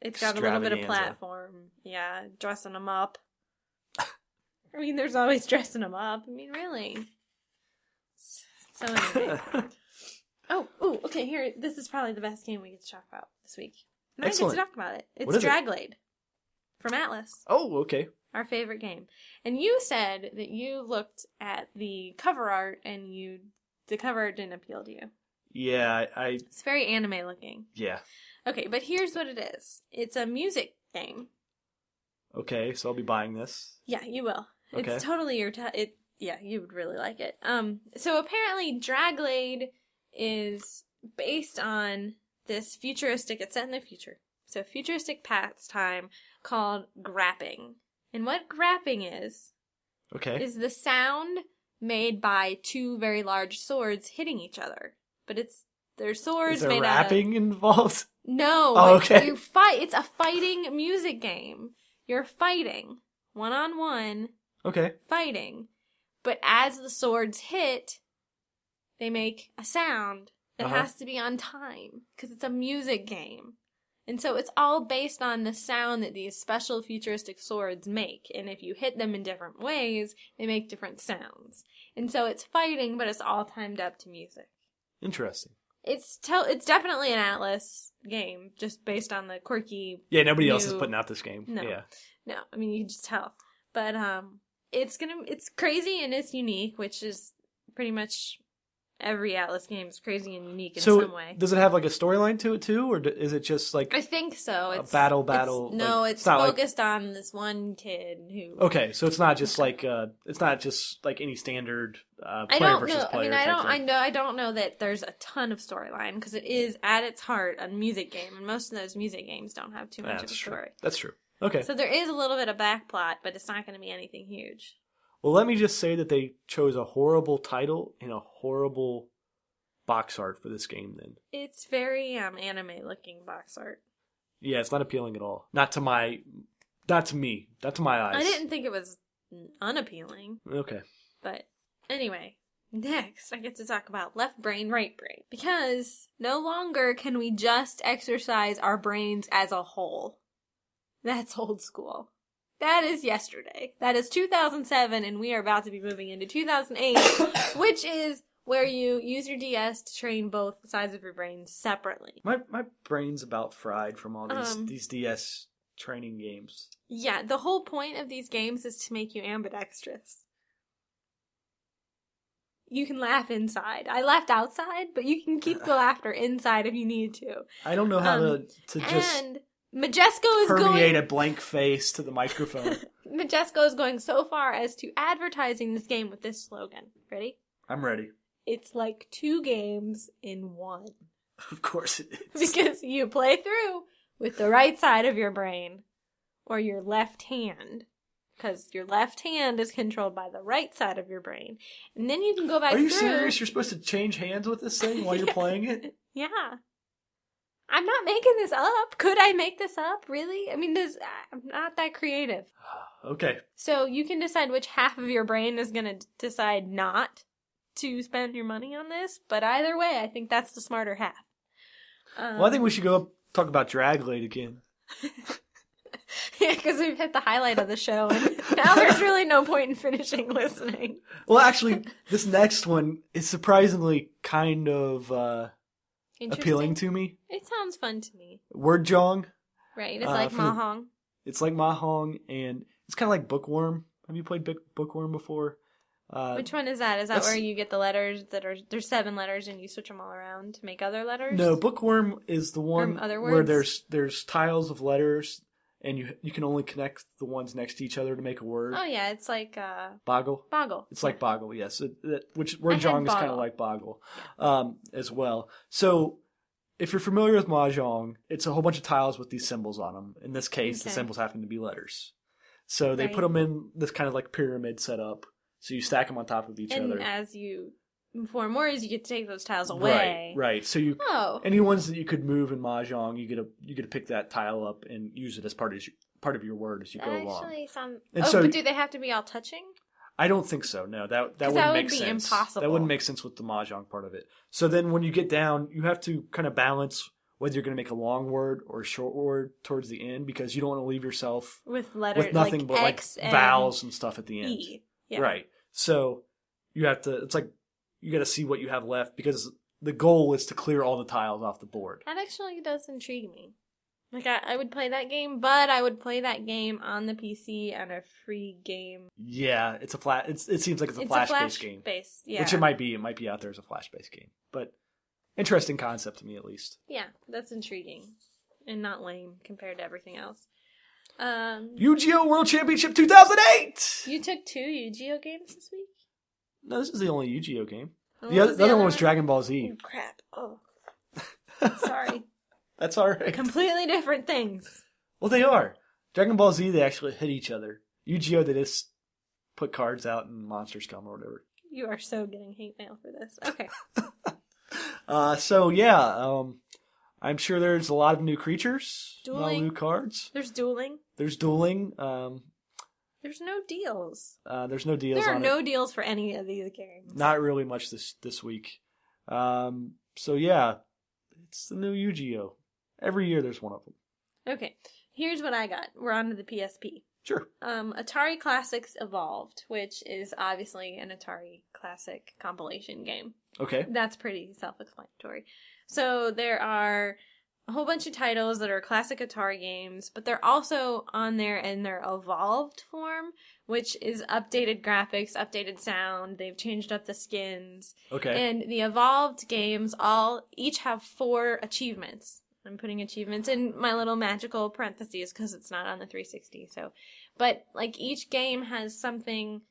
It's got a little bit of extravaganza. platform. Yeah, dressing them up. I mean, there's always dressing them up. I mean, really. So anyway. Oh, ooh, okay, here. This is probably the best game we get to talk about this week. And I get to Excellent. talk about it. It's What is it? Draglade from Atlas, oh, okay. our favorite game. And you said that you looked at the cover art and you the cover art didn't appeal to you. Yeah, I, I It's very anime looking. yeah. Okay, but here's what it is. It's a music game. Okay, so I'll be buying this. Yeah, you will. Okay. It's totally your t- it yeah, you would really like it. Um so apparently Draglade is based on this futuristic it's set in the future. So futuristic pastime called grapping. And what grapping is Okay. is the sound made by two very large swords hitting each other. But it's their swords is there made out of rapping involved? no. Oh, like, okay. You fight. It's a fighting music game. You're fighting one on one, Okay. fighting. But as the swords hit, they make a sound that Uh-huh. has to be on time because it's a music game. And so it's all based on the sound that these special futuristic swords make. And if you hit them in different ways, they make different sounds. And so it's fighting, but it's all timed up to music. Interesting. It's tell it's definitely an Atlas game, just based on the quirky. Yeah, nobody else is You- putting out this game. No. Yeah. No, I mean you can just tell, but um, it's gonna it's crazy and it's unique, which is pretty much every Atlas game is crazy and unique in so some way. does it have like a storyline to it too, or d- is it just like I think so. It's battle, it's- battle, like, no, it's, it's not like- focused on this one kid who. okay? So it's not just like uh, it's not just like any standard uh, I player don't versus know. I player. mean, I type don't. I thing? know. I don't know that there's a ton of storyline because it is at its heart a music game, and most of those music games don't have too much of a Ah, That's true. story. That's true. Okay. So there is a little bit of back plot, but it's not going to be anything huge. well, let me just say that they chose a horrible title and a horrible box art for this game. Then It's very um, anime looking box art. yeah, it's not appealing at all. Not to my, not to me, not to my eyes. I didn't think it was unappealing, Okay. but anyway. Next, I get to talk about left brain, right brain. Because no longer can we just exercise our brains as a whole. That's old school. That is yesterday. That is 2007, and we are about to be moving into 2008, which is where you use your DS to train both sides of your brain separately. My my brain's about fried from all these Um. these DS training games. Yeah, the whole point of these games is to make you ambidextrous. You can laugh inside. I laughed outside, but you can keep the laughter inside if you need to. I don't know how Um, to to just and Majesco is permeate going a blank face to the microphone. Majesco is going so far as to advertising this game with this slogan. Ready? I'm ready. It's like two games in one. Of course it is. Because you play through with the right side of your brain or your left hand. Because your left hand is controlled by the right side of your brain. And then you can go back Are you through. serious? You're supposed to change hands with this thing while you're playing it? Yeah. I'm not making this up. Could I make this up? Really? I mean, this, I'm not that creative. Okay. So you can decide which half of your brain is going to decide not to spend your money on this, but either way, I think that's the smarter half. Um, Well, I think we should go talk about Draglade again. yeah, because we've hit the highlight of the show, and now there's really no point in finishing listening. Well, actually, this next one is surprisingly kind of uh, appealing to me. It sounds fun to me, Word Jong. right? It's Uh, like for the- Mahong. It's like Mahong, and it's kind of like Bookworm. Have you played Book- Bookworm before? Uh, Which one is that? Is that that's- where you get the letters that are there's seven letters and you switch them all around to make other letters? No, bookworm is the one other where words? there's there's tiles of letters, and you you can only connect the ones next to each other to make a word. Oh yeah, it's like uh, Boggle. Boggle. It's like Boggle, yes. It, it, which I word had Jong is kind Boggle. of like Boggle, um, as well. So if you're familiar with mahjong, it's a whole bunch of tiles with these symbols on them. In this case, the Okay. symbols happen to be letters. So they Right. put them in this kind of like pyramid setup. So you stack them on top of each and other. as you form words, you get to take those tiles away. Right, right. So you Oh, any ones that you could move in mahjong, you get to you get to pick that tile up and use it as part of your, part of your word as you that go along. actually sounds. And oh, so- but do they have to be all touching? I don't think so. No, that that 'Cause wouldn't that would make be sense. impossible. That wouldn't make sense with the mahjong part of it. So then, when you get down, you have to kind of balance whether you're going to make a long word or a short word towards the end because you don't want to leave yourself With letters, with nothing like but X like and vowels and stuff at the end. E. Yeah. Right. So you have to. It's like you got to see what you have left because the goal is to clear all the tiles off the board. That actually does intrigue me. Like I, I would play that game, but I would play that game on the PC on a free game. Yeah, it's a flat. It's, it seems like it's a flash based game, base. Yeah. which it might be. It might be out there as a flash based game, but interesting concept to me at least. Yeah, that's intriguing, and not lame compared to everything else. Um, you, Yu-Gi-Oh World Championship 2008. took two Yu-Gi-Oh games this week. No, this is the only Yu-Gi-Oh game. And The what other, the other one was Dragon Ball Z. Oh, crap. Oh, sorry. That's all right. Completely different things. Well, they are. Dragon Ball Z, they actually hit each other. Yu-Gi-Oh, they just put cards out and monsters come or whatever. You are so getting hate mail for this. Okay. Uh, so yeah, um, I'm sure there's a lot of new creatures, a lot of Dueling. new cards. There's dueling. There's dueling. Um, There's no deals. uh, there's no deals. There are on no it. deals for any of these games. Not really much this this week. Um, so yeah, it's the new Yu-Gi-Oh. Every year there's one of them. Okay. Here's what I got. We're on to the PSP. Sure. Um, Atari Classics Evolved, which is obviously an Atari Classic compilation game. Okay. That's pretty self explanatory. So there are a whole bunch of titles that are classic Atari games, but they're also on there in their evolved form, which is updated graphics, updated sound. They've changed up the skins. Okay. And the evolved games all each have four achievements. I'm putting achievements in my little magical parentheses because it's not on the 360. So, but like each game has something,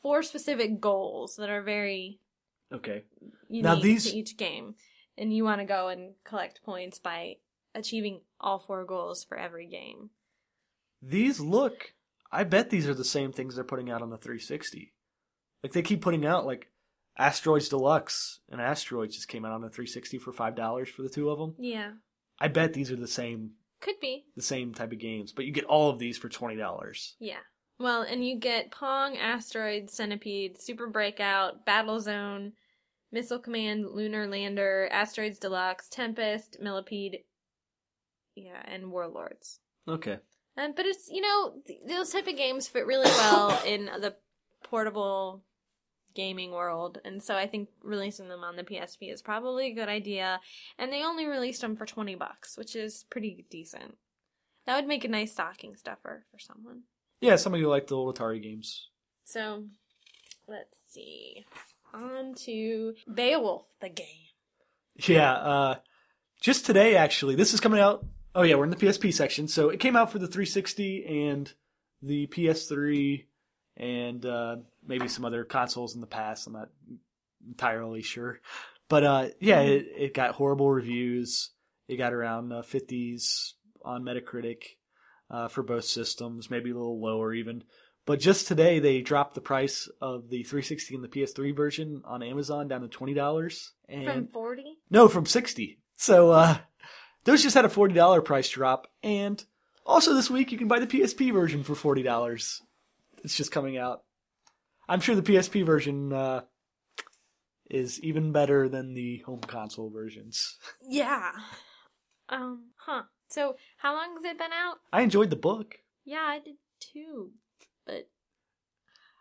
four specific goals that are very okay. unique Now these- to each game, and you want to go and collect points by achieving all four goals for every game. These look. I bet these are the same things they're putting out on the 360. Like they keep putting out like Asteroids Deluxe and Asteroids just came out on the 360 for five dollars for the two of them. Yeah, I bet these are the same could be. the same type of games, but you get all of these for twenty dollars. Yeah. Well, and you get Pong, Asteroid, Centipede, Super Breakout, Battle Zone, Missile Command, Lunar Lander, Asteroids Deluxe, Tempest, Millipede, yeah, and Warlords. Okay. Um, but it's you know th- those type of games fit really well in the portable gaming world, and so I think releasing them on the PSP is probably a good idea. And they only released them for twenty bucks, which is pretty decent. That would make a nice stocking stuffer for someone. Yeah, some of you like the old Atari games. So let's see. On to Beowulf, the game. Yeah. Uh, just today, actually, this is coming out Oh yeah, we're in the PSP section. So it came out for the 360 and the PS3 and uh, maybe some other consoles in the past. I'm not entirely sure, but uh, yeah, it, it got horrible reviews. It got around uh, 50s on Metacritic uh, for both systems, maybe a little lower even. But just today, they dropped the price of the 360 and the PS3 version on Amazon down to twenty dollars. Mm. From 40? No, from 60. So, uh, those just had a $40 price drop. And also this week, you can buy the PSP version for $40. It's just coming out. I'm sure the PSP version, uh, is even better than the home console versions. Yeah. Um, huh. So, how long has it been out? I enjoyed the book. Yeah, I did too. But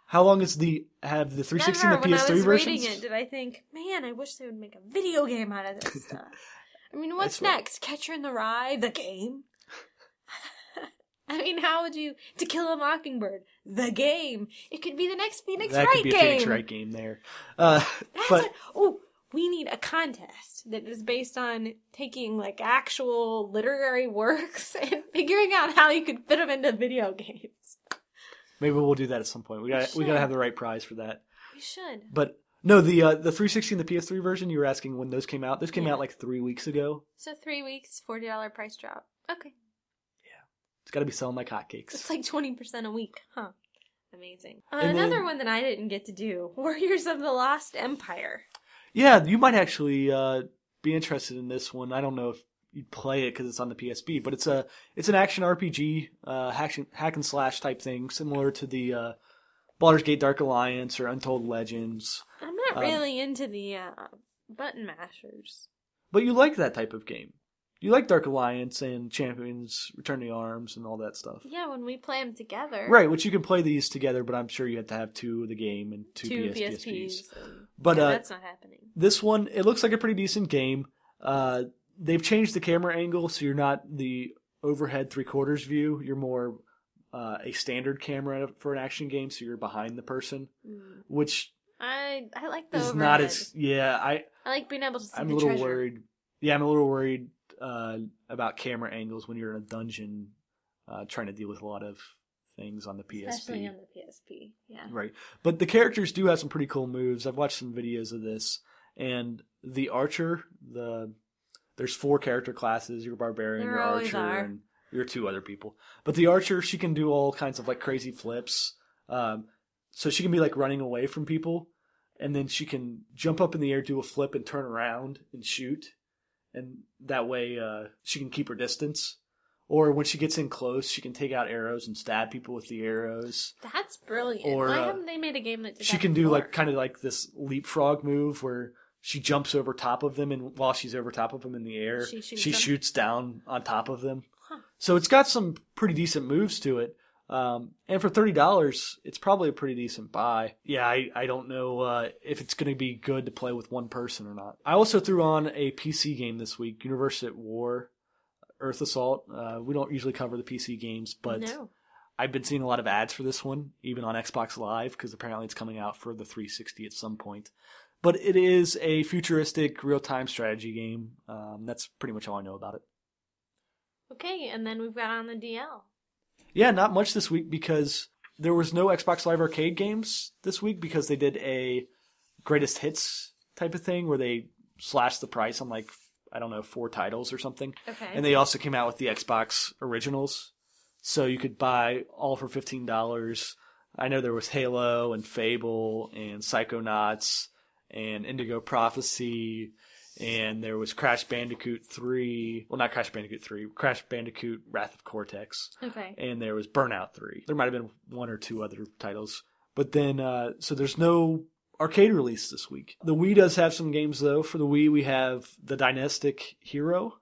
How long is the, have the 360 never and the when I PS3 was versions? reading it did I think, man, I wish they would make a video game out of this stuff. I mean, what's That's right. next? Catcher in the Rye, the game. I mean, how would you To Kill a Mockingbird, the game? It could be the next Phoenix that Wright could be game. a Phoenix Wright game there. Uh, That's but a, oh, we need a contest that is based on taking like actual literary works and figuring out how you could fit them into video games. maybe we'll do that at some point. We got we got should. to have the right prize for that. We should. But no, the uh, the 360 and the PS3 version. You were asking when those came out. Those came Yeah. out like three weeks ago. So three weeks, forty dollar price drop. Okay, It's got to be selling like hotcakes. it's like twenty percent a week, huh? Amazing. Uh, And another then- one that I didn't get to do: Warriors of the Lost Empire. yeah, you might actually uh, be interested in this one. I don't know if you'd play it because it's on the PSP, but it's a it's an action RPG, uh, hack, and- hack and slash type thing, similar to the uh, Baldur's Gate Dark Alliance or Untold Legends. I'm not Um, really into the uh, button mashers. But you like that type of game. You like Dark Alliance and Champions Return to Arms and all that stuff. Yeah, when we play them together, Right, which you can play these together, but I'm sure you have to have two of the game and two, Two PS- PSPs. PSPs. and- But, Yeah, uh, that's not happening. This one, it looks like a pretty decent game. Uh, they've changed the camera angle, so you're not the overhead three quarters view. You're more uh, a standard camera for an action game, so you're behind the person, Mm. which I I like the is overhead. not as yeah. I I like being able to see I'm the a little treasure. worried. Yeah, I'm a little worried uh, about camera angles when you're in a dungeon uh, trying to deal with a lot of things on the PSP. especially on the PSP. Yeah, Right. But the characters do have some pretty cool moves. I've watched some videos of this. And the archer, the there's four character classes, your barbarian, There your always archer, are. and your two other people. But the archer, she can do all kinds of like crazy flips. Um, so she can be like running away from people, and then she can jump up in the air, do a flip, and turn around and shoot. And that way, uh, she can keep her distance. Or when she gets in close, she can take out arrows and stab people with the arrows that's brilliant. Or, Why uh, haven't they made a game that did she that can do before? like kind of like this leapfrog move where she jumps over top of them and while she's over top of them in the air She she shoots shoots, them? down on top of them Huh. so it's got some pretty decent moves to it um, and for $30 it's probably a pretty decent buy yeah i, I don't know uh, if it's going to be good to play with one person or not i also threw on a pc game this week universe at war earth assault uh, we don't usually cover the pc games but no. I've been seeing a lot of ads for this one, even on Xbox Live, because apparently it's coming out for the 360 at some point. But it is a futuristic real time strategy game. Um, that's pretty much all I know about it. Okay, and then we've got on the DL. Yeah, not much this week because there was no Xbox Live Arcade games this week because they did a greatest hits type of thing where they slashed the price on like, I don't know, four titles or something. Okay. And they also came out with the Xbox originals. So you could buy all for fifteen dollars. I know there was Halo and Fable and Psychonauts and Indigo Prophecy and there was Crash Bandicoot three well not Crash Bandicoot three, Crash Bandicoot Wrath of Cortex. okay. And there was Burnout three. There might have been one or two other titles. But then uh so there's no arcade release this week. The Wii does have some games though. For the Wii we have the Dynastic Hero,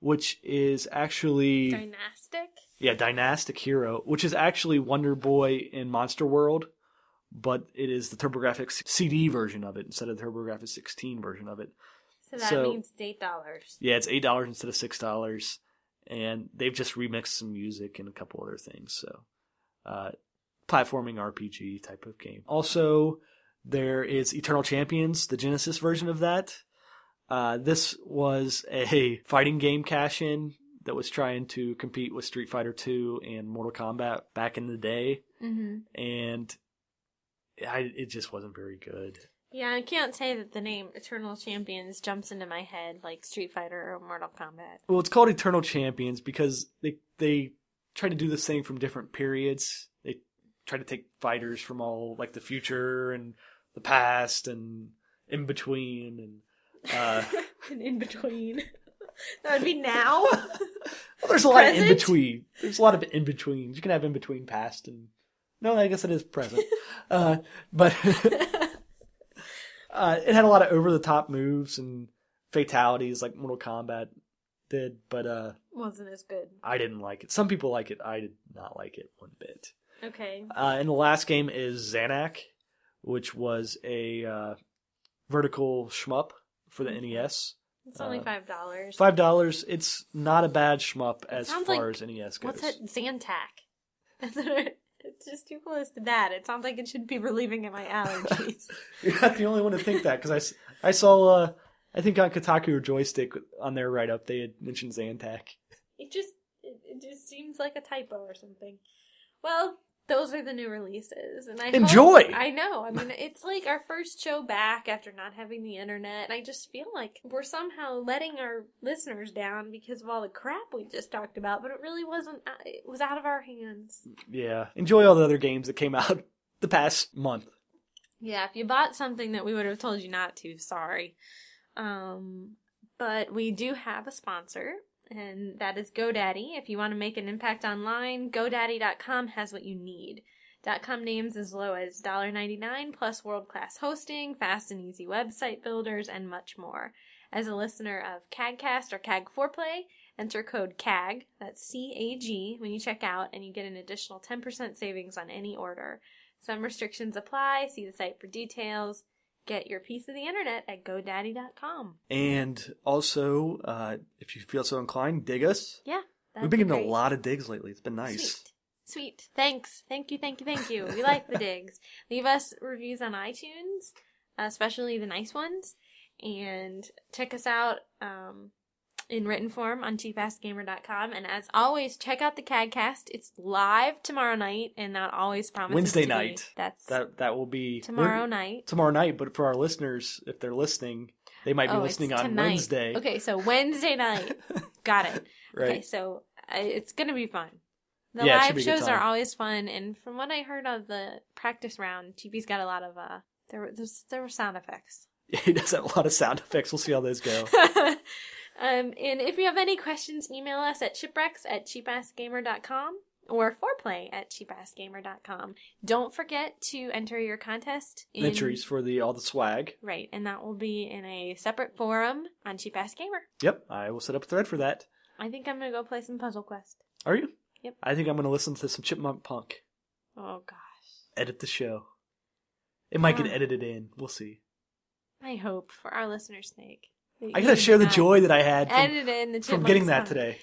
which is actually Dynastic. yeah, Dynastic Hero, which is actually Wonder Boy in Monster World, but it is the TurboGrafx CD version of it instead of the TurboGrafx 16 version of it. So that So- means eight dollars. Yeah, it's eight dollars instead of six dollars, and they've just remixed some music and a couple other things. So, uh, platforming RPG type of game. Also, there is Eternal Champions, the Genesis version of that. Uh, this was a fighting game cash in that was trying to compete with Street Fighter 2 and Mortal Kombat back in the day Mm-hmm. and I, it just wasn't very good. Yeah, I can't say that the name Eternal Champions jumps into my head like Street Fighter or Mortal Kombat. Well, it's called Eternal Champions because they they try to do this thing from different periods. They try to take fighters from all like the future and the past and in between and uh, and in between. that would be now. there's a lot of in Present? between. There's a lot of in betweens. You can have in between past and no, I guess it is present. uh, but uh, it had a lot of over the top moves and fatalities like Mortal Kombat did, but uh, Wasn't as good. I didn't like it. Some people like it. I did not like it one bit. Okay. Uh, and the last game is Zanak, which was a uh, vertical shmup for the NES. It's only Uh, five dollars. Five dollars. It's not a bad shmup as sounds far like- as NES goes. What's that? Zantac. it's just too close to that. It sounds like it should be relieving of my allergies. You're not the only one to think that because I, s- I saw uh, I think on Kotaku or Joystick on their write up they had mentioned Zantac. it just it, it just seems like a typo or something. Well, those are the new releases, and I hope- Enjoy! I know. I mean, it's like our first show back after not having the internet, and I just feel like we're somehow letting our listeners down because of all the crap we just talked about. But it really wasn't. uh, It was out of our hands. Yeah. Enjoy all the other games that came out the past month. Yeah, if you bought something that we would have told you not to, sorry. Um, but we do have a sponsor, and that is GoDaddy. If you want to make an impact online, GoDaddy.com has what you need. .com names as low as $1.99 plus world-class hosting, fast and easy website builders, and much more. As a listener of CAGcast or CAG Foreplay, enter code CAG, that's C-A-G, when you check out, and you get an additional 10% savings on any order. Some restrictions apply. See the site for details. Get your piece of the internet at GoDaddy.com. And also, uh, if you feel so inclined, dig us. Yeah. We've been getting a lot of digs lately. It's been nice. Sweet. Sweet. Thanks. Thank you, thank you, thank you. We like the digs. Leave us reviews on iTunes, especially the nice ones. And check us out um, in written form on cheapassgamer.com. And as always, check out the CADcast. It's live tomorrow night and not always promises Wednesday to be. night. That's That that will be tomorrow we're- night. Tomorrow night, but for our listeners, if they're listening, they might be Oh, it's listening on tonight. Wednesday. Okay, so Wednesday night. Got it. Right. Okay, so uh, it's going to be fun. The Yeah, it live should be a good shows are time. always fun, and from what I heard of the practice round, GP's got a lot of uh, there were there's- there were sound effects. he does have a lot of sound effects. We'll see how those go. um, and if you have any questions, email us at shipwrecks at cheapassgamer.com or foreplay at cheapassgamer.com. Don't forget to enter your contest in Entries for the all the swag. Right, and that will be in a separate forum on Cheap Ass Gamer. Yep, I will set up a thread for that. I think I'm gonna go play some Puzzle Quest. Are you? Yep. I think I'm going to listen to some Chipmunk Punk. Oh gosh. Edit the show. It might get Yeah. edited in. We'll see. I hope for our listeners' sake. that I you gotta did share the not joy that I had from, Edit in the from Chipmunks getting that Punk. today.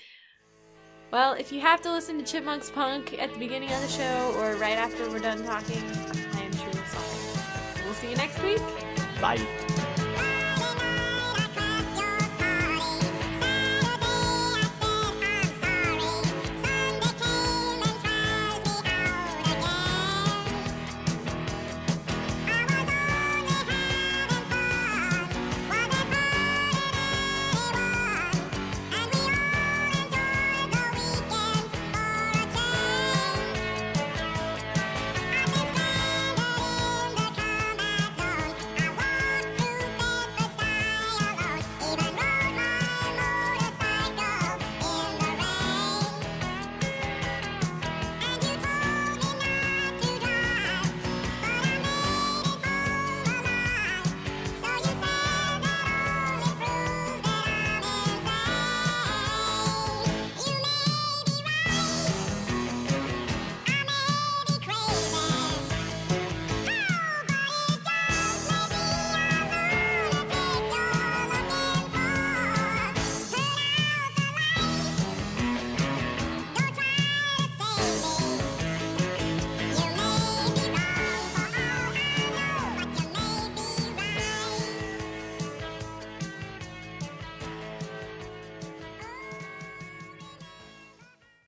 Well, if you have to listen to Chipmunks Punk at the beginning of the show or right after we're done talking, I am truly sorry. We'll see you next week. Bye.